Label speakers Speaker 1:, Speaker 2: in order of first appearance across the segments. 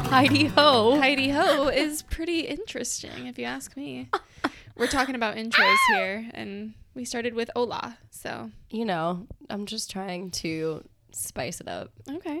Speaker 1: Oh,
Speaker 2: Heidi Ho.
Speaker 1: Heidi Ho is pretty interesting, if you ask me. We're talking about intros here, and we started with Ola. So,
Speaker 2: You know, I'm just trying to spice it up.
Speaker 1: okay.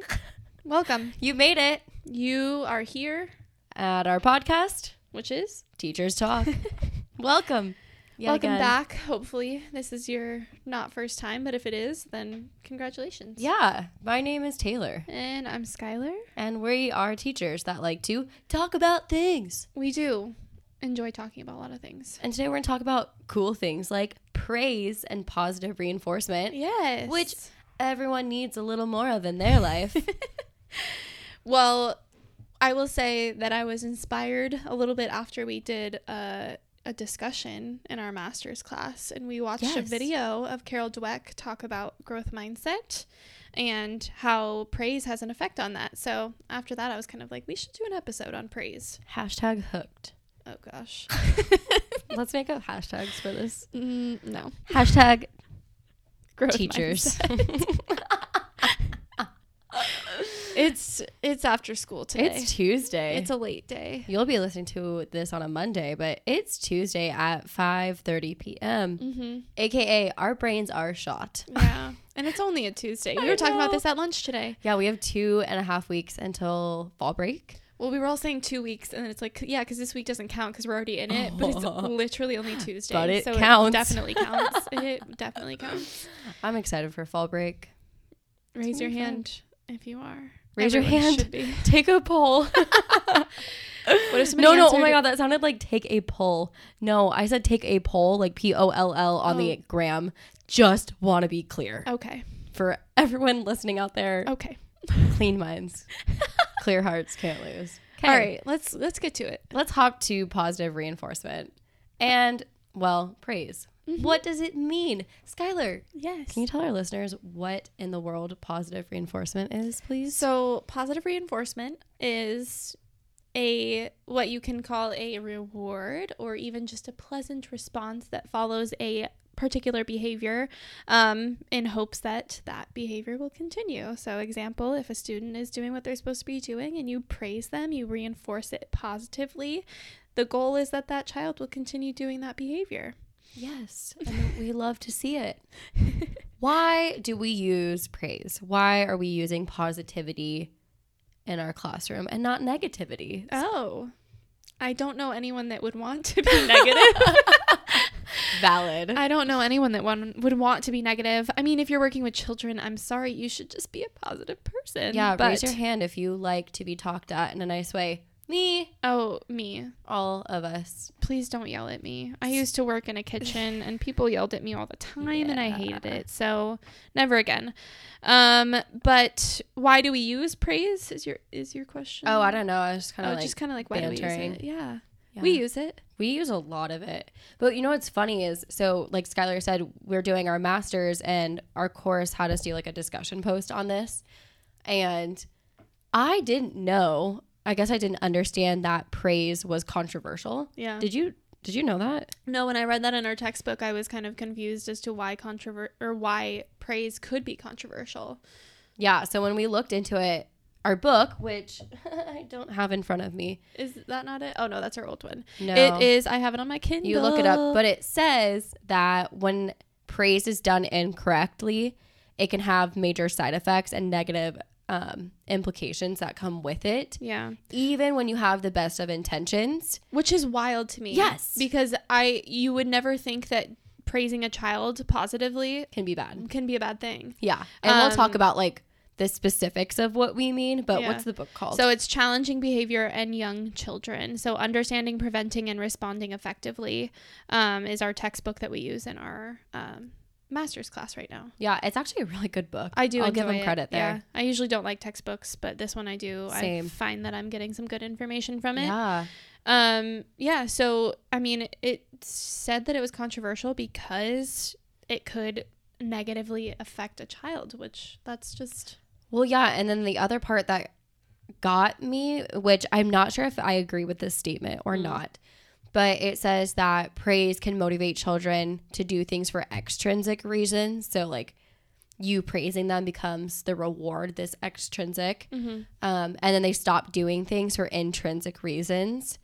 Speaker 1: Welcome.
Speaker 2: You made it
Speaker 1: You are here,
Speaker 2: at our podcast,
Speaker 1: which is
Speaker 2: Teachers Talk. Welcome. Yet
Speaker 1: welcome
Speaker 2: again.
Speaker 1: back. Hopefully, this is your not first time, but if it is, then congratulations.
Speaker 2: Yeah, my name is Taylor,
Speaker 1: And I'm Skylar.
Speaker 2: and we are teachers that like to talk about things.
Speaker 1: We do enjoy talking about a lot of things.
Speaker 2: And today we're going to talk about cool things like praise and positive reinforcement.
Speaker 1: Yes.
Speaker 2: Which everyone needs a little more of in their life.
Speaker 1: Well, I will say that I was inspired a little bit after we did a, a discussion in our master's class, and we watched a
Speaker 2: Yes.
Speaker 1: video of Carol Dweck talk about growth mindset and how praise has an effect on that. So after that, I was kind of like, we should do an episode on praise.
Speaker 2: Hashtag hooked.
Speaker 1: Oh gosh,
Speaker 2: Let's make up hashtags for this.
Speaker 1: Mm, no,
Speaker 2: Hashtag
Speaker 1: growth
Speaker 2: teachers.
Speaker 1: mindset. It's it's after school today.
Speaker 2: it's Tuesday.
Speaker 1: it's a late day.
Speaker 2: You'll be listening to this on a Monday, but it's Tuesday at 5:30 p.m.
Speaker 1: Mm-hmm.
Speaker 2: AKA our brains are shot.
Speaker 1: Yeah, and it's only a Tuesday. We
Speaker 2: I
Speaker 1: were talking about
Speaker 2: know.
Speaker 1: this at lunch today.
Speaker 2: Yeah, we have two and a half weeks until fall break.
Speaker 1: Well, we were all saying two weeks, and then it's like, yeah, because this week doesn't count because we're already in it, but it's literally only Tuesday.
Speaker 2: But it
Speaker 1: so
Speaker 2: counts.
Speaker 1: It definitely counts. it definitely counts.
Speaker 2: I'm excited for fall break.
Speaker 1: Raise your
Speaker 2: gonna be fun.
Speaker 1: hand if you are.
Speaker 2: Raise your
Speaker 1: Everyone
Speaker 2: hand.
Speaker 1: should be.
Speaker 2: Take a poll.
Speaker 1: What if somebody
Speaker 2: no, no. Oh
Speaker 1: answered-
Speaker 2: my god, that sounded like take a poll. No, I said take a poll, like P O L L on the
Speaker 1: Oh.
Speaker 2: gram. Just want to be clear
Speaker 1: Okay.
Speaker 2: for everyone listening out there.
Speaker 1: Okay.
Speaker 2: Clean minds, clear hearts can't lose.
Speaker 1: All right. Let's let's get to it.
Speaker 2: let's hop to positive reinforcement and well praise what does it mean skylar
Speaker 1: Yes.
Speaker 2: can you tell our listeners what in the world positive reinforcement is please
Speaker 1: So positive reinforcement is a what you can call a reward or even just a pleasant response that follows a particular behavior um, in hopes that that behavior will continue so example if a student is doing what they're supposed to be doing and you praise them you reinforce it positively the goal is that that child will continue doing that behavior
Speaker 2: yes and we love to see it why do we use praise why are we using positivity in our classroom and not negativity
Speaker 1: oh i don't know anyone that would want to be negative
Speaker 2: valid
Speaker 1: I don't know anyone that one would want to be negative. I mean, if you're working with children, I'm sorry, you should just be a positive person.
Speaker 2: yeah
Speaker 1: but
Speaker 2: raise your hand if you like to be talked at in a nice way me
Speaker 1: oh me,
Speaker 2: all of us
Speaker 1: please don't yell at me. I used to work in a kitchen, and people yelled at me all the time, and I hated it. So never again. Um, but why do we use praise? Is your is your question?
Speaker 2: oh i don't know i was just kind
Speaker 1: Oh,
Speaker 2: of like
Speaker 1: just kind of like why do we
Speaker 2: bantering.
Speaker 1: use it? Yeah.
Speaker 2: Yeah.
Speaker 1: we use it.
Speaker 2: We use a lot of it. But you know what's funny is so like Skylar said, we're doing our masters and our course had us do like a discussion post on this. And I didn't know. I guess I didn't understand that praise was controversial.
Speaker 1: Yeah.
Speaker 2: Did you did you know that?
Speaker 1: No, when I read that in our textbook, I was kind of confused as to why controver or why praise could be controversial.
Speaker 2: Yeah. So when we looked into it, our book, which I don't have in front of me.
Speaker 1: Is that not it? Oh no, that's our old one.
Speaker 2: No.
Speaker 1: It is. I have it on my Kindle.
Speaker 2: You look it up, but it says that when praise is done incorrectly, it can have major side effects and negative um, implications that come with it,
Speaker 1: yeah,
Speaker 2: even when you have the best of intentions.
Speaker 1: which is wild to me.
Speaker 2: Yes.
Speaker 1: because I you would never think that praising a child positively
Speaker 2: Can be bad.
Speaker 1: can be a bad thing.
Speaker 2: Yeah, and we'll
Speaker 1: Um,
Speaker 2: talk about like the specifics of what we mean. But
Speaker 1: Yeah.
Speaker 2: what's the book called?
Speaker 1: So it's challenging behavior and young children. So understanding, preventing, and responding effectively um, is our textbook that we use in our um, master's class right now.
Speaker 2: yeah, it's actually a really good book.
Speaker 1: I do.
Speaker 2: I'll give
Speaker 1: enjoy
Speaker 2: them
Speaker 1: it.
Speaker 2: credit there.
Speaker 1: Yeah. I usually don't like textbooks, but this one I do.
Speaker 2: Same.
Speaker 1: I find that I'm getting some good information from it.
Speaker 2: Yeah.
Speaker 1: Um, yeah, so I mean, it said that it was controversial because it could negatively affect a child, which that's just
Speaker 2: Well, yeah, and then the other part that got me, which I'm not sure if I agree with this statement or not, but it says that praise can motivate children to do things for extrinsic reasons. So, like, you praising them becomes the reward, this extrinsic.
Speaker 1: Mhm.
Speaker 2: Um, and then they stop doing things for intrinsic reasons,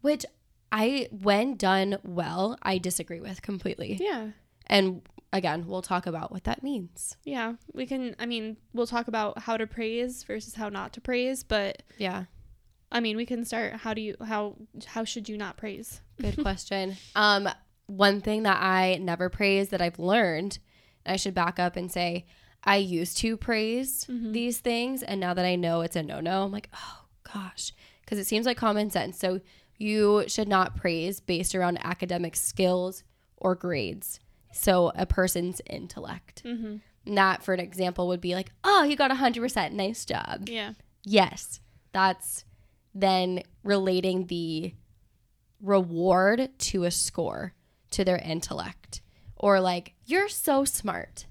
Speaker 2: which I, when done well, I disagree with completely.
Speaker 1: Yeah.
Speaker 2: And again, we'll talk about what that means.
Speaker 1: Yeah. We can, I mean, we'll talk about how to praise versus how not to praise, but
Speaker 2: Yeah.
Speaker 1: I mean, we can start how do you, how, how should you not praise?
Speaker 2: Good question. um, one thing that I never praise that I've learned, and I should back up and say, I used to praise these things, and now that I know it's a no no, I'm like, oh gosh, because it seems like common sense. So you should not praise based around academic skills or grades. So a person's intellect.
Speaker 1: Mm-hmm.
Speaker 2: And that, for an example, would be like, oh, you got 100%. Nice job.
Speaker 1: Yeah.
Speaker 2: Yes, that's then relating the reward to a score, to their intellect, or like, you're so smart.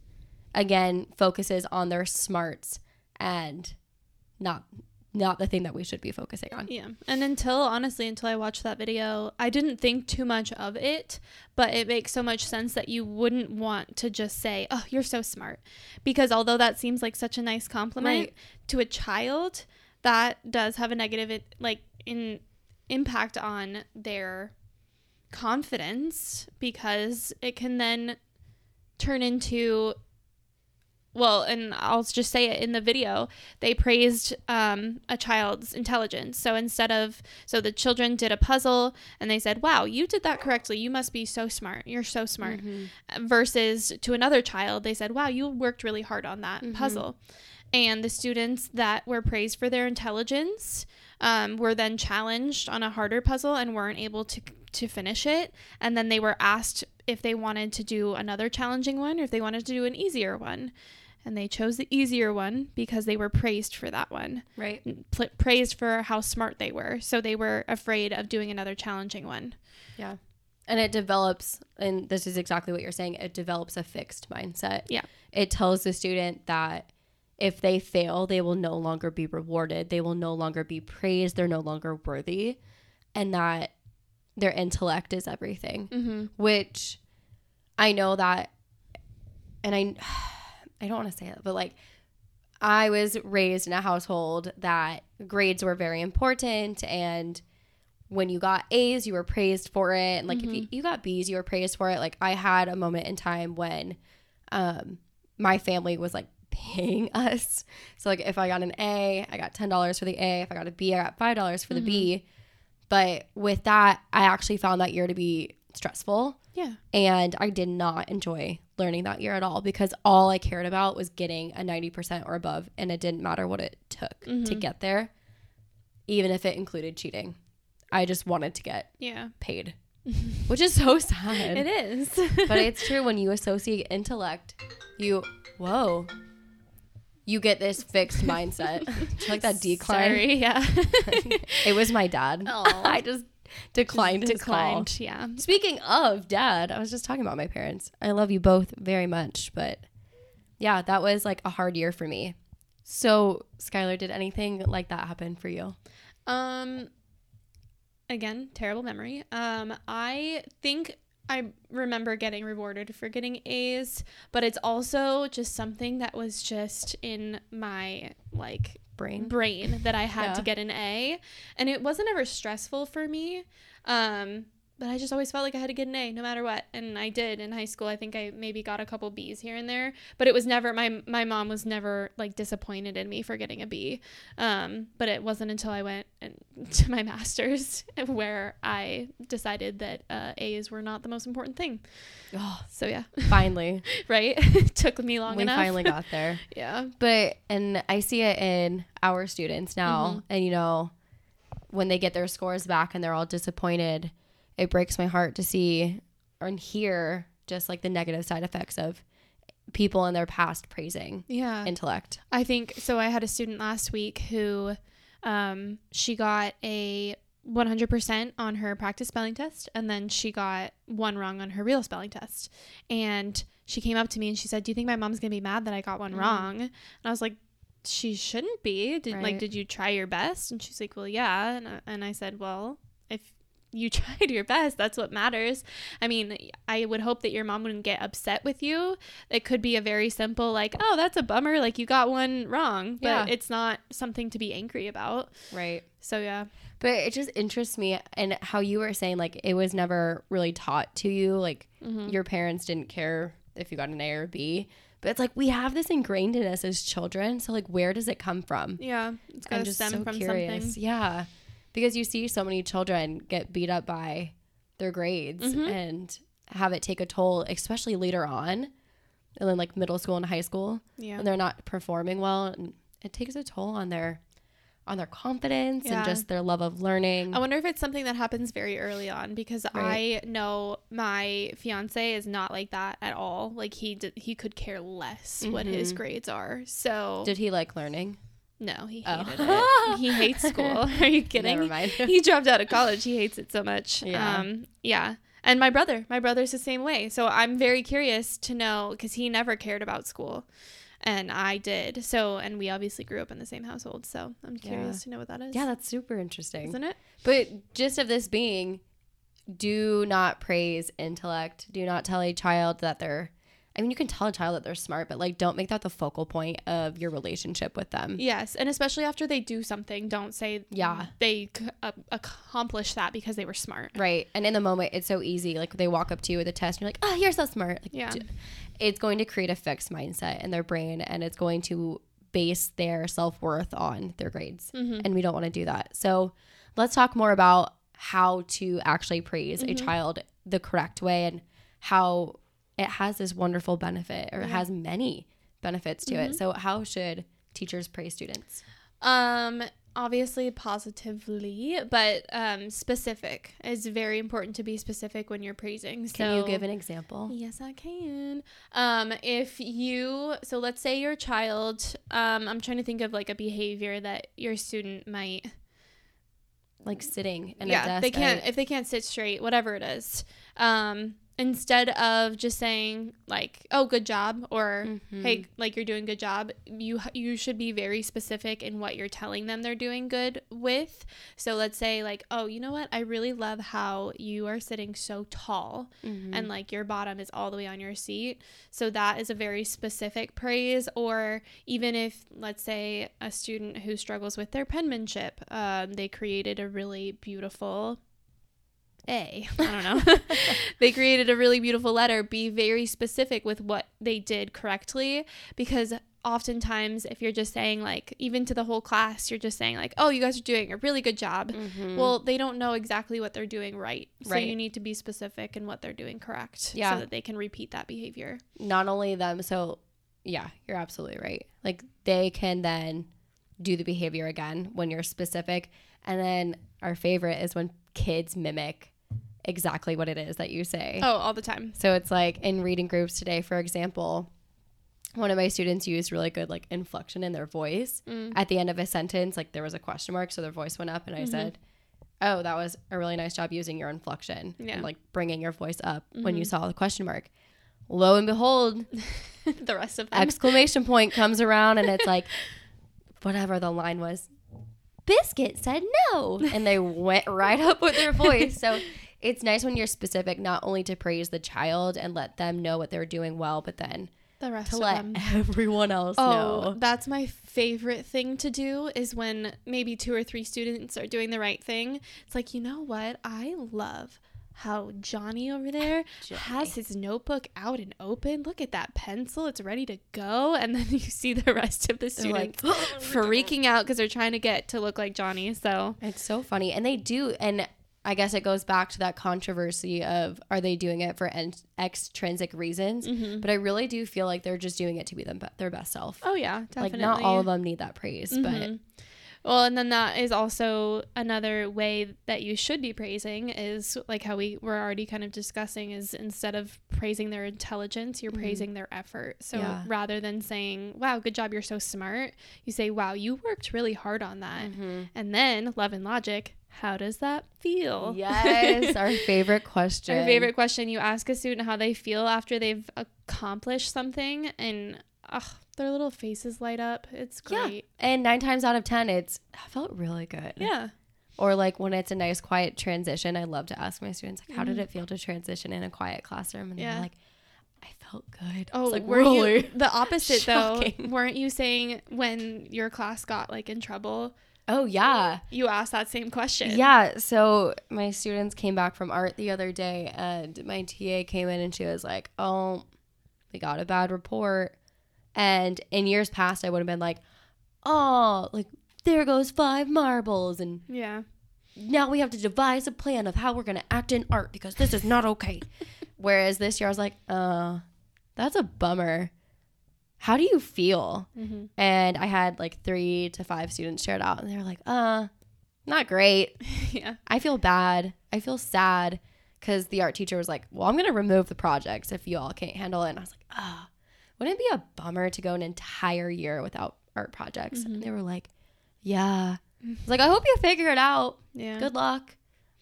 Speaker 2: Again, focuses on their smarts and not not the thing that we should be focusing on.
Speaker 1: Yeah. And until, honestly, until I watched that video, I didn't think too much of it, but it makes so much sense that you wouldn't want to just say, oh, you're so smart. Because although that seems like such a nice compliment
Speaker 2: Right.
Speaker 1: to a child, that does have a negative, it- like, in impact on their confidence because it can then turn into well and i'll just say it in the video they praised um, a child's intelligence so instead of so the children did a puzzle and they said wow you did that correctly you must be so smart you're so smart versus to another child they said wow you worked really hard on that puzzle and the students that were praised for their intelligence um, were then challenged on a harder puzzle and weren't able to to finish it and then they were asked if they wanted to do another challenging one or if they wanted to do an easier one and they chose the easier one because they were praised for that one
Speaker 2: Right.
Speaker 1: pl- praised for how smart they were so they were afraid of doing another challenging one
Speaker 2: Yeah. And it develops, and this is exactly what you're saying, it develops a fixed mindset.
Speaker 1: Yeah.
Speaker 2: It tells the student that if they fail, they will no longer be rewarded. They will no longer be praised. They're no longer worthy. And that their intellect is everything,
Speaker 1: mm-hmm.
Speaker 2: which I know that, and I, I don't want to say it, but like, I was raised in a household that grades were very important and when you got A's, you were praised for it. And like if you, you got B's, you were praised for it. Like I had a moment in time when um my family was like paying us. So like if I got an A, I got ten dollars for the A. If I got a B, I got five dollars for the B. But with that, I actually found that year to be stressful
Speaker 1: yeah
Speaker 2: and I did not enjoy learning that year at all because all I cared about was getting a 90% or above and it didn't matter what it took
Speaker 1: Mm-hmm.
Speaker 2: to get there even if it included cheating. I just wanted to get
Speaker 1: yeah
Speaker 2: paid. which is so sad.
Speaker 1: it is
Speaker 2: But it's true when you associate intellect, you whoa. You get this fixed mindset. Did you like that decline?
Speaker 1: Sorry, yeah
Speaker 2: It was my dad.
Speaker 1: Aw.
Speaker 2: I just declined to call.
Speaker 1: declined yeah
Speaker 2: Speaking of dad, I was just talking about my parents. I love you both very much, but yeah, that was like a hard year for me. So, Skylar, did anything like that happen for you?
Speaker 1: Um again, terrible memory. Um I think I remember getting rewarded for getting A's, but it's also just something that was just in my like
Speaker 2: Brain?
Speaker 1: brain that I had
Speaker 2: Mm-hmm.
Speaker 1: to
Speaker 2: Yeah.
Speaker 1: get an A, and it wasn't ever stressful for me. Um but I just always felt like I had to get an A no matter what, and I did in high school. I think I maybe got a couple B's here and there, but it was never my my mom was never like disappointed in me for getting a B. Um, but it wasn't until I went and, to my master's where I decided that uh, A's were not the most important thing.
Speaker 2: Oh,
Speaker 1: So yeah,
Speaker 2: finally,
Speaker 1: right? It Took me Mm-hmm. long
Speaker 2: we
Speaker 1: enough.
Speaker 2: finally got there.
Speaker 1: yeah.
Speaker 2: But, and I see it in our students now,
Speaker 1: Mm-hmm.
Speaker 2: and you know, when they get their scores back and they're all disappointed, it breaks my heart to see and hear just like the negative side effects of people in their past praising
Speaker 1: Yeah.
Speaker 2: intellect.
Speaker 1: I think so. I had a student last week who um, she got a 100% on her practice spelling test, and then she got one wrong on her real spelling test. And she came up to me and she said, Do you think my mom's going to be mad that I got one wrong? And I was like, she shouldn't be. Did,
Speaker 2: Right.
Speaker 1: Like, did you try your best? And she's like, well, yeah. And I, and I said, well, if you tried your best. That's what matters. I mean, I would hope that your mom wouldn't get upset with you. It could be a very simple, like, oh, that's a bummer. Like, you got one wrong, but
Speaker 2: Yeah.
Speaker 1: it's not something to be angry about.
Speaker 2: Right.
Speaker 1: So, yeah.
Speaker 2: But it just interests me and how you were saying like it was never really taught to you. Like
Speaker 1: Mm-hmm.
Speaker 2: your parents didn't care if you got an A or B. But it's like we have this ingrained in us as children. So like where does it come from?
Speaker 1: Yeah. It's got to stem from something.
Speaker 2: Yeah. Because you see so many children get beat up by their grades
Speaker 1: Mhm.
Speaker 2: and have it take a toll, especially later on. And then like middle school and high school.
Speaker 1: Yeah.
Speaker 2: And they're not performing well. And it takes a toll on their on their confidence
Speaker 1: Yeah.
Speaker 2: and just their love of learning.
Speaker 1: I wonder if it's something that happens very early on because
Speaker 2: Right.
Speaker 1: I know my fiance is not like that at all. Like he d- he could care less what his grades are. So
Speaker 2: Did he like learning?
Speaker 1: no, he
Speaker 2: Oh.
Speaker 1: hated it. He hates school. Are you kidding?
Speaker 2: Never mind.
Speaker 1: he dropped out of college. He hates it so much.
Speaker 2: Yeah.
Speaker 1: Um, yeah. And my brother, my brother's the same way. So I'm very curious to know because he never cared about school, and I did. So and we obviously grew up in the same household. So I'm curious to know what that is.
Speaker 2: yeah, that's super interesting.
Speaker 1: isn't it?
Speaker 2: But just of this being, do not praise intellect. Do not tell a child that they're. I mean, you can tell a child that they're smart, but like, don't make that the focal point of your relationship with them.
Speaker 1: Yes, and especially after they do something, don't say
Speaker 2: Yeah.
Speaker 1: they c- a- accomplished that because they were smart.
Speaker 2: Right. And in the moment, it's so easy. Like, they walk up to you with a test, and you're like, oh, you're so smart. Like,
Speaker 1: Yeah.
Speaker 2: d- it's going to create a fixed mindset in their brain, and it's going to base their self worth on their grades.
Speaker 1: Mm-hmm.
Speaker 2: And we don't want to do that. So, let's talk more about how to actually praise a
Speaker 1: Mm-hmm.
Speaker 2: child the correct way and how it has this wonderful benefit or it has many benefits to
Speaker 1: Mm-hmm.
Speaker 2: it. So, how should teachers praise students?
Speaker 1: Um, obviously positively, but um, specific. It's very important to be specific when you're praising. So
Speaker 2: Can you give an example?
Speaker 1: Yes, I can. Um, if you so let's say your child, um, I'm trying to think of like a behavior that your student might
Speaker 2: Like sitting and
Speaker 1: yeah,
Speaker 2: a desk.
Speaker 1: they can't
Speaker 2: right?
Speaker 1: if they can't sit straight, whatever it is. Um, instead of just saying like, "Oh, good job," or
Speaker 2: Mm-hmm.
Speaker 1: "Hey, like you're doing good job," you you should be very specific in what you're telling them they're doing good with. So let's say like, "Oh, you know what? I really love how you are sitting so tall,
Speaker 2: Mm-hmm.
Speaker 1: and like your bottom is all the way on your seat." So that is a very specific praise. Or even if, let's say, a student who struggles with their penmanship, um, they created a really beautiful A. I don't know. they created a really beautiful letter. Be very specific with what they did correctly because oftentimes if you're just saying like even to the whole class you're just saying like oh you guys are doing a really good job well they don't know exactly what they're doing right so
Speaker 2: Mm-hmm. Right.
Speaker 1: you need to be specific in what they're doing correct
Speaker 2: Yeah.
Speaker 1: so that they can repeat that behavior
Speaker 2: not only them so yeah you're absolutely right like they can then do the behavior again when you're specific and then our favorite is when kids mimic exactly what it is that you say
Speaker 1: Oh, all the time.
Speaker 2: so it's like in reading groups today for example one of my students used really good like inflection in their voice at the end of a sentence like there was a question mark so their voice went up and i said oh that was a really nice job using your inflection
Speaker 1: Yeah.
Speaker 2: and like bringing your voice up when you saw the question mark lo and behold
Speaker 1: the rest of them.
Speaker 2: exclamation point comes around and it's like whatever the line was biscuit said no and they went right up with their voice so it's nice when you're specific not only to praise the child and let them know what they're doing well but then
Speaker 1: the rest
Speaker 2: to
Speaker 1: of
Speaker 2: let
Speaker 1: them.
Speaker 2: everyone else
Speaker 1: Oh,
Speaker 2: know
Speaker 1: that's my favorite thing to do is when maybe two or three students are doing the right thing. It's like, you know what? I love how Johnny over there has his notebook out and open. Look at that pencil. It's ready to go. And then you see the rest of the
Speaker 2: like, "Oh
Speaker 1: students freaking out because they're trying to get to look like Johnny. So,
Speaker 2: it's so funny and they do and i guess it goes back to that controversy of are they doing it for en- extrinsic reasons
Speaker 1: Mm-hmm.
Speaker 2: but i really do feel like they're just doing it to be them, their best self
Speaker 1: oh, yeah, definitely. Mm-hmm.
Speaker 2: like not all of them need that praise but
Speaker 1: Well, and then that is also another way that you should be praising is like how we were already kind of discussing is instead of praising their intelligence, you're praising their effort. So
Speaker 2: Mm-hmm. Yeah.
Speaker 1: rather than saying, "Wow, good job, you're so smart," you say, "Wow, you worked really hard on that."
Speaker 2: Mm-hmm.
Speaker 1: And then love and logic, how does that feel?
Speaker 2: Yes, our favorite question.
Speaker 1: Our favorite question you ask a student how they feel after they've accomplished something and ugh, their little faces light up. It's
Speaker 2: Yeah.
Speaker 1: great.
Speaker 2: And nine times out of ten, it's I felt really good.
Speaker 1: Yeah.
Speaker 2: Or like when it's a nice quiet transition, I love to ask my students like, "How did it feel to transition in a quiet classroom?" And
Speaker 1: Mm-hmm. Yeah.
Speaker 2: they're like, "I felt good."
Speaker 1: Oh,
Speaker 2: it's like
Speaker 1: were you the opposite though?
Speaker 2: Shocking.
Speaker 1: Weren't you saying when your class got like in trouble,
Speaker 2: Oh yeah.
Speaker 1: you asked that same question?
Speaker 2: Yeah. So my students came back from art the other day, and my TA came in and she was like, "Oh, we got a bad report." And in years past, I would have been like, "Oh, like there goes five marbles," and
Speaker 1: Yeah.
Speaker 2: now we have to devise a plan of how we're going to act in art because this is not okay. Whereas this year I was like, uh, that's a bummer. How do you feel?
Speaker 1: Mhm.
Speaker 2: And I had like three to five students share it out, and they were like, uh, not great.
Speaker 1: yeah.
Speaker 2: I feel bad. I feel sad because the art teacher was like, well, I'm going to remove the projects if you all can't handle it. And I was like, ah, wouldn't it be a bummer to go an entire year without art projects? And they were like, yeah. I was like, I hope you figure it out
Speaker 1: Yeah.
Speaker 2: good luck.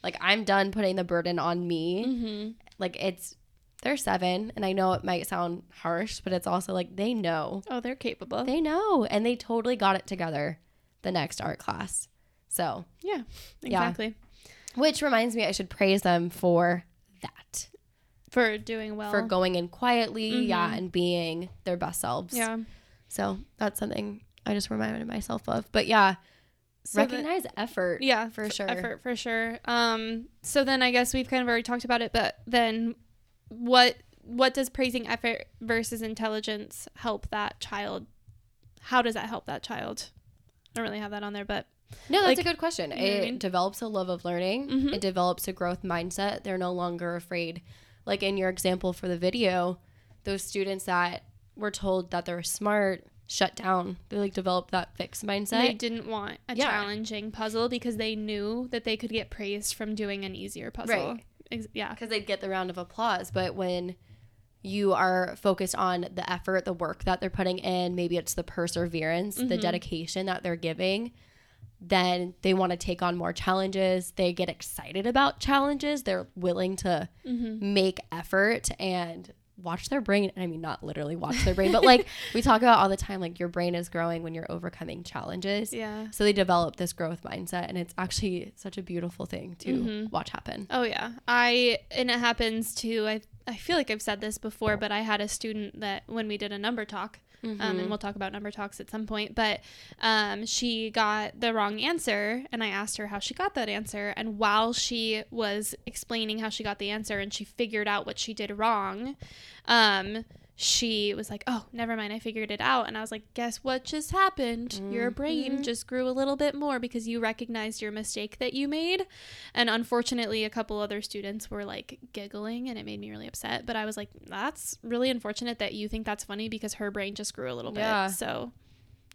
Speaker 2: Like I'm done putting the burden on me.
Speaker 1: Mhm.
Speaker 2: Like it's they're seven, and I know it might sound harsh, but it's also like they know,
Speaker 1: Oh, they're capable.
Speaker 2: they know, and they totally got it together. The next art class, so
Speaker 1: yeah. Exactly.
Speaker 2: which reminds me, I should praise them for that
Speaker 1: For doing well.
Speaker 2: for going in quietly, yeah, and being their best selves.
Speaker 1: Mm-hmm. Yeah.
Speaker 2: So that's something I just reminded myself of. But yeah,
Speaker 1: So the-
Speaker 2: recognize effort.
Speaker 1: yeah
Speaker 2: for
Speaker 1: f-
Speaker 2: sure.
Speaker 1: effort for sure um so then i guess we've kind of already talked about it but then what what does praising effort versus intelligence help that child how does that help that child i don't really have that on there but
Speaker 2: No, that's
Speaker 1: Like,
Speaker 2: a good question.
Speaker 1: know what I
Speaker 2: It
Speaker 1: mean?
Speaker 2: develops a love of learning.
Speaker 1: Mhm.
Speaker 2: It develops a growth mindset. They're no longer afraid. Like in your example for the video, those students that were told that they're smart shut down. They like developed that fixed
Speaker 1: they
Speaker 2: mindset.
Speaker 1: didn't want a
Speaker 2: Yeah.
Speaker 1: challenging puzzle because they knew that they could get praised from doing an easier puzzle
Speaker 2: Right.
Speaker 1: Ex- yeah
Speaker 2: because they'd get the round of applause. But when you are focused on the effort, the work that they're putting in, maybe it's the perseverance, the dedication that they're giving, then they want to take on more challenges. They get excited about challenges. They're willing to make effort and watch their brain. I mean, not literally watch their brain, but like we talk about all the time, like your brain is growing when you're overcoming challenges.
Speaker 1: yeah
Speaker 2: So they develop this growth mindset, and it's actually such a beautiful thing to watch happen.
Speaker 1: Oh yeah. I and it happens too. I I feel like I've said this before, but I had a student that when we did a number talk, um,
Speaker 2: Mm-hmm.
Speaker 1: and we'll talk about number talks at some point, but um, she got the wrong answer, and I asked her how she got that answer, and while she was explaining how she got the answer, and she figured out what she did wrong, um. She was like, "Oh, never mind. I figured it out." And I was like, "Guess what just happened? Your
Speaker 2: Mm-hmm.
Speaker 1: brain just grew a little bit more because you recognized your mistake that you made." And unfortunately, a couple other students were like giggling and it made me really upset. But I was like, that's really unfortunate that you think that's funny because her brain just grew a little
Speaker 2: Yeah.
Speaker 1: bit. So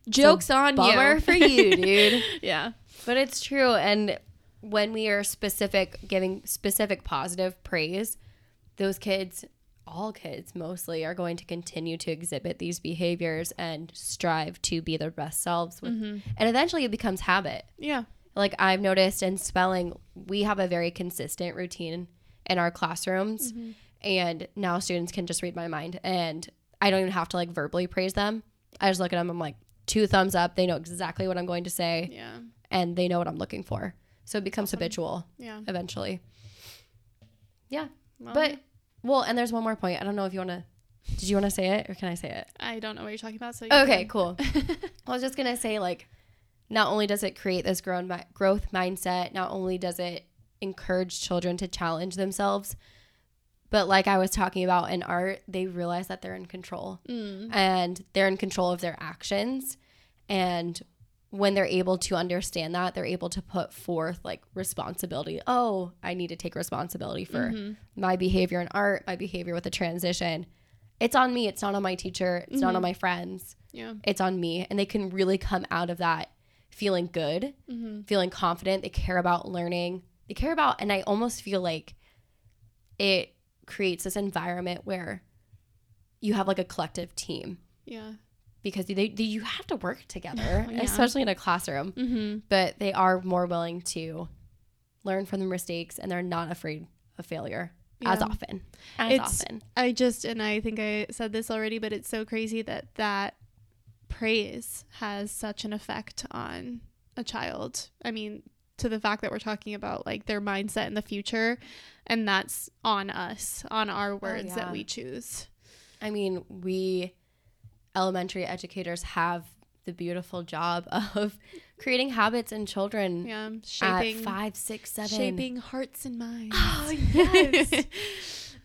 Speaker 1: jokes on
Speaker 2: Bummer
Speaker 1: you.
Speaker 2: for you, dude.
Speaker 1: yeah.
Speaker 2: But it's true. And when we are specific, giving specific positive praise, those kids, all kids mostly, are going to continue to exhibit these behaviors and strive to be their best selves. With,
Speaker 1: Mm-hmm.
Speaker 2: And eventually it becomes habit.
Speaker 1: Yeah.
Speaker 2: Like I've noticed in spelling, we have a very consistent routine in our classrooms. And now students can just read my mind. And I don't even have to like verbally praise them. I just look at them, I'm like, two thumbs up. They know exactly what I'm going to say
Speaker 1: Yeah.
Speaker 2: and they know what I'm looking for. So it becomes habitual
Speaker 1: Yeah.
Speaker 2: eventually. Yeah.
Speaker 1: Well,
Speaker 2: But well, and there's one more point. I don't know if you want to Did you want to say it or can I say it?
Speaker 1: I don't know what you're talking about. So you
Speaker 2: Okay,
Speaker 1: can-
Speaker 2: cool. I was just going to say like not only does it create this grown mi- growth mindset, not only does it encourage children to challenge themselves, but like I was talking about in art, they realize that they're in control
Speaker 1: Mm.
Speaker 2: and they're in control of their actions and when they're able to understand that they're able to put forth like responsibility oh i need to take responsibility for my behavior in art my behavior with the transition it's on me it's not on my teacher it's not on my friends
Speaker 1: Yeah.
Speaker 2: it's on me and they can really come out of that feeling good
Speaker 1: Mm-hmm.
Speaker 2: feeling confident they care about learning they care about and i almost feel like it creates this environment where you have like a collective team
Speaker 1: Yeah.
Speaker 2: because they, they you have to work together,
Speaker 1: Yeah.
Speaker 2: especially in a classroom.
Speaker 1: Mm-hmm.
Speaker 2: But they are more willing to learn from the mistakes, and they're not afraid of failure as
Speaker 1: Yeah.
Speaker 2: often. As
Speaker 1: It's-
Speaker 2: often,
Speaker 1: I just, and I think I said this already, but it's so crazy that that praise has such an effect on a child. I mean, to the fact that we're talking about like their mindset in the future and that's on us on our
Speaker 2: Oh,
Speaker 1: words
Speaker 2: yeah.
Speaker 1: that we choose
Speaker 2: I mean, we elementary educators have the beautiful job of creating habits in children
Speaker 1: yeah
Speaker 2: Mm. at
Speaker 1: shaping
Speaker 2: five, six, seven.
Speaker 1: shaping hearts and minds
Speaker 2: Oh, yes.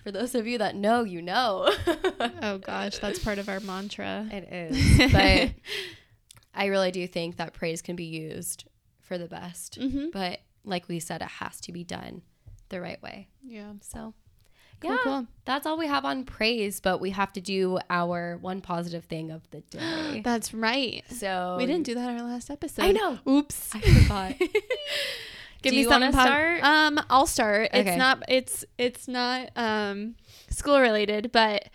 Speaker 2: For those of you that know, you know.
Speaker 1: oh gosh that's part of our mantra
Speaker 2: It is. But I really do think that praise can be used for the best.
Speaker 1: mm-hmm.
Speaker 2: But like we said, it has to be done the right way.
Speaker 1: yeah
Speaker 2: So,
Speaker 1: Cool,
Speaker 2: yeah,
Speaker 1: cool.
Speaker 2: that's all we have on praise, but we have to do our one positive thing of the day.
Speaker 1: that's right
Speaker 2: so,
Speaker 1: we didn't do that in our last episode
Speaker 2: Oh, I know.
Speaker 1: oops
Speaker 2: I forgot.
Speaker 1: Give
Speaker 2: Do
Speaker 1: me
Speaker 2: you
Speaker 1: something.
Speaker 2: wanna
Speaker 1: pos-
Speaker 2: start?
Speaker 1: Um, I'll start.
Speaker 2: Okay.
Speaker 1: It's not. It's it's not um school related, but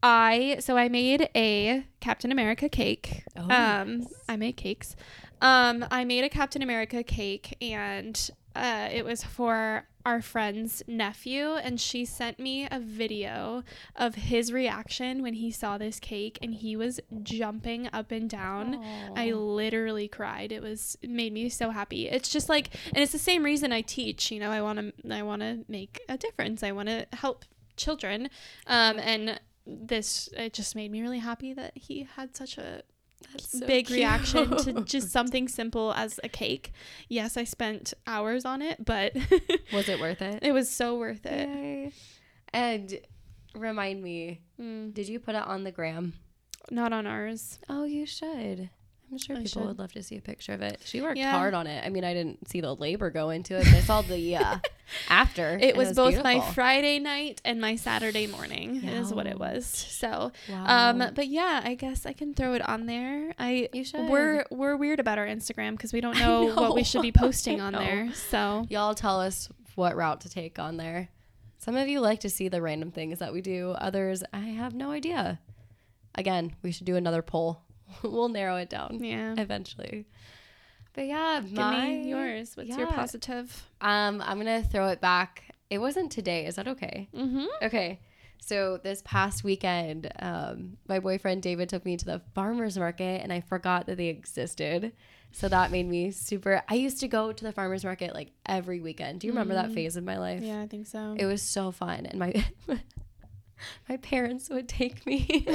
Speaker 1: I so I made a Captain America cake.
Speaker 2: Oh,
Speaker 1: um, I made cakes. Um, I made a Captain America cake, and uh, it was for our friend's nephew, and she sent me a video of his reaction when he saw this cake, and he was jumping up and down. I literally cried. It was it made me so happy. It's just like and it's the same reason I teach, you know, I want to I want to make a difference. I want to help children. Um and this it just made me really happy that he had such a big reaction to just something simple as a cake. Yes, I spent hours on it, but
Speaker 2: Was it worth it?
Speaker 1: it was so worth it.
Speaker 2: Yay. And remind me,
Speaker 1: Mm,
Speaker 2: did you put it on the gram?
Speaker 1: not on ours.
Speaker 2: Oh, you should. I'm sure
Speaker 1: I
Speaker 2: people
Speaker 1: should.
Speaker 2: would love to see a picture of it. She worked
Speaker 1: Yeah.
Speaker 2: hard on it. I mean, I didn't see the labor go into it, but I saw the uh, after. and
Speaker 1: It was, both my
Speaker 2: beautiful.
Speaker 1: Friday night and my Saturday morning is what it was. So Um, but yeah, I guess I can throw it on there. I
Speaker 2: You should.
Speaker 1: We're we're weird about our Instagram because we don't
Speaker 2: I
Speaker 1: know, what
Speaker 2: know.
Speaker 1: we should be posting on there. So
Speaker 2: y'all tell us what route to take on there. Some of you like to see the random things that we do. Others, I have no idea. Again, we should do another poll. we'll narrow it down
Speaker 1: yeah,
Speaker 2: eventually. But yeah,
Speaker 1: give
Speaker 2: my
Speaker 1: me yours. What's your
Speaker 2: yeah.
Speaker 1: positive?
Speaker 2: Um, I'm gonna throw it back. It wasn't today. Is that okay?
Speaker 1: Mm-hmm.
Speaker 2: Okay. So this past weekend, um, my boyfriend David took me to the farmers market, and I forgot that they existed. So that made me super. I used to go to the farmers market like every weekend. Do you remember that phase of my life?
Speaker 1: Yeah, I think so.
Speaker 2: It was so fun, and my my parents would take me.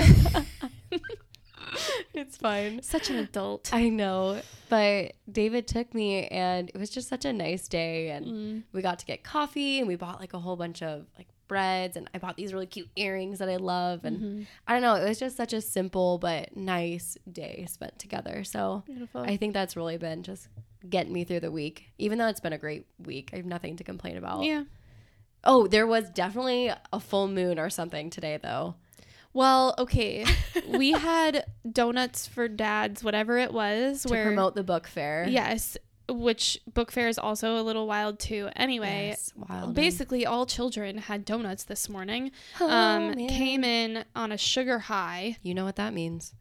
Speaker 2: it's fine.
Speaker 1: Such an adult.
Speaker 2: I know, but David took me, and it was just such a nice day, and
Speaker 1: Mm.
Speaker 2: we got to get coffee and we bought like a whole bunch of like breads and I bought these really cute earrings that I love and
Speaker 1: Mm-hmm.
Speaker 2: I don't know, it was just such a simple but nice day spent together. So
Speaker 1: Beautiful.
Speaker 2: I think that's really been just getting me through the week. Even though it's been a great week, I have nothing to complain about.
Speaker 1: yeah.
Speaker 2: Oh, there was definitely a full moon or something today though.
Speaker 1: Well, okay. we had donuts for dads, whatever it was,
Speaker 2: To
Speaker 1: where
Speaker 2: promote the book fair.
Speaker 1: yes, which book fair is also a little wild too. Anyway,
Speaker 2: Yes, wild.
Speaker 1: basically all children had donuts this morning.
Speaker 2: Oh,
Speaker 1: um,
Speaker 2: man.
Speaker 1: came in on a sugar high,
Speaker 2: you know what that means.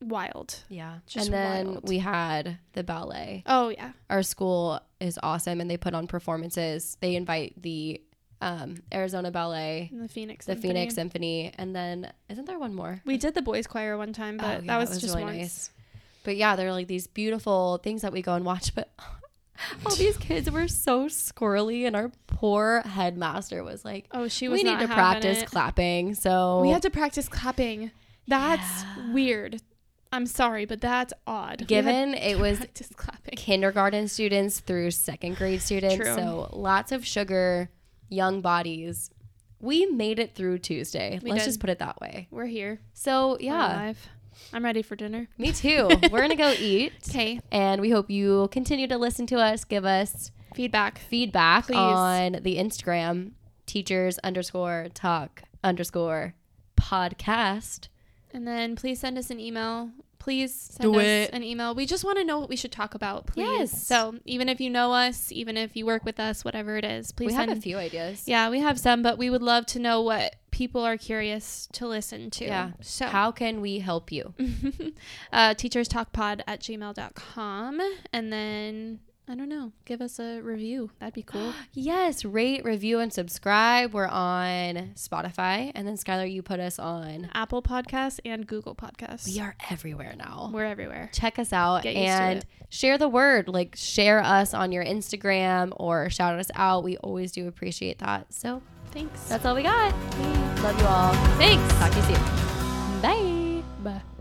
Speaker 1: wild.
Speaker 2: Yeah.
Speaker 1: Just
Speaker 2: and then
Speaker 1: wild.
Speaker 2: we had the ballet.
Speaker 1: Oh yeah,
Speaker 2: our school is awesome and they put on performances. They invite the um, Arizona Ballet,
Speaker 1: and the Phoenix.
Speaker 2: the
Speaker 1: Symphony.
Speaker 2: Phoenix Symphony, and then isn't there one more?
Speaker 1: We did the boys choir one time, but
Speaker 2: Oh, yeah,
Speaker 1: that
Speaker 2: it
Speaker 1: was,
Speaker 2: was
Speaker 1: just
Speaker 2: really
Speaker 1: once.
Speaker 2: nice. But yeah, they're like these beautiful things that we go and watch. But all these kids were so squirrely, and our poor headmaster was like,
Speaker 1: Oh, she was.
Speaker 2: "We need
Speaker 1: not
Speaker 2: to
Speaker 1: having
Speaker 2: practice
Speaker 1: it.
Speaker 2: clapping." So
Speaker 1: we had to practice clapping. That's
Speaker 2: Yeah.
Speaker 1: weird. I'm sorry, but that's odd. We had
Speaker 2: given it
Speaker 1: to
Speaker 2: was
Speaker 1: practice clapping.
Speaker 2: kindergarten students through second grade students.
Speaker 1: True.
Speaker 2: So lots of sugar, young bodies. We made it through Tuesday.
Speaker 1: We
Speaker 2: Let's
Speaker 1: did.
Speaker 2: just put it that way.
Speaker 1: We're here.
Speaker 2: So
Speaker 1: We're
Speaker 2: yeah,
Speaker 1: alive. I'm ready for dinner.
Speaker 2: me too. We're gonna go eat,
Speaker 1: Okay.
Speaker 2: and we hope you continue to listen to us. Give us
Speaker 1: Feedback.
Speaker 2: feedback
Speaker 1: Please.
Speaker 2: on the Instagram teachers underscore talk underscore podcast.
Speaker 1: And then please send us an email. Please send
Speaker 2: Do
Speaker 1: us
Speaker 2: it.
Speaker 1: an email. We just want to know what we should talk about, please.
Speaker 2: Yes.
Speaker 1: So even if you know us, even if you work with us, whatever it is, please
Speaker 2: We
Speaker 1: send.
Speaker 2: have a few ideas.
Speaker 1: Yeah, we have some, but we would love to know what people are curious to listen to.
Speaker 2: Yeah.
Speaker 1: So
Speaker 2: How can we help you?
Speaker 1: uh, teachers talk pod at gmail.com. And then I don't know. Give us a review. That'd be cool.
Speaker 2: Yes, rate, review, and subscribe. We're on Spotify. And then, Skylar, you put us on.
Speaker 1: Apple Podcasts and Google Podcasts.
Speaker 2: We are everywhere now.
Speaker 1: We're everywhere.
Speaker 2: Check us out
Speaker 1: Get used to
Speaker 2: and
Speaker 1: it.
Speaker 2: share the word. Like, share us on your Instagram or shout us out. We always do appreciate that. So,
Speaker 1: Thanks.
Speaker 2: that's all we got. Love you all. Thanks. Talk to you soon. Bye.
Speaker 1: Bye.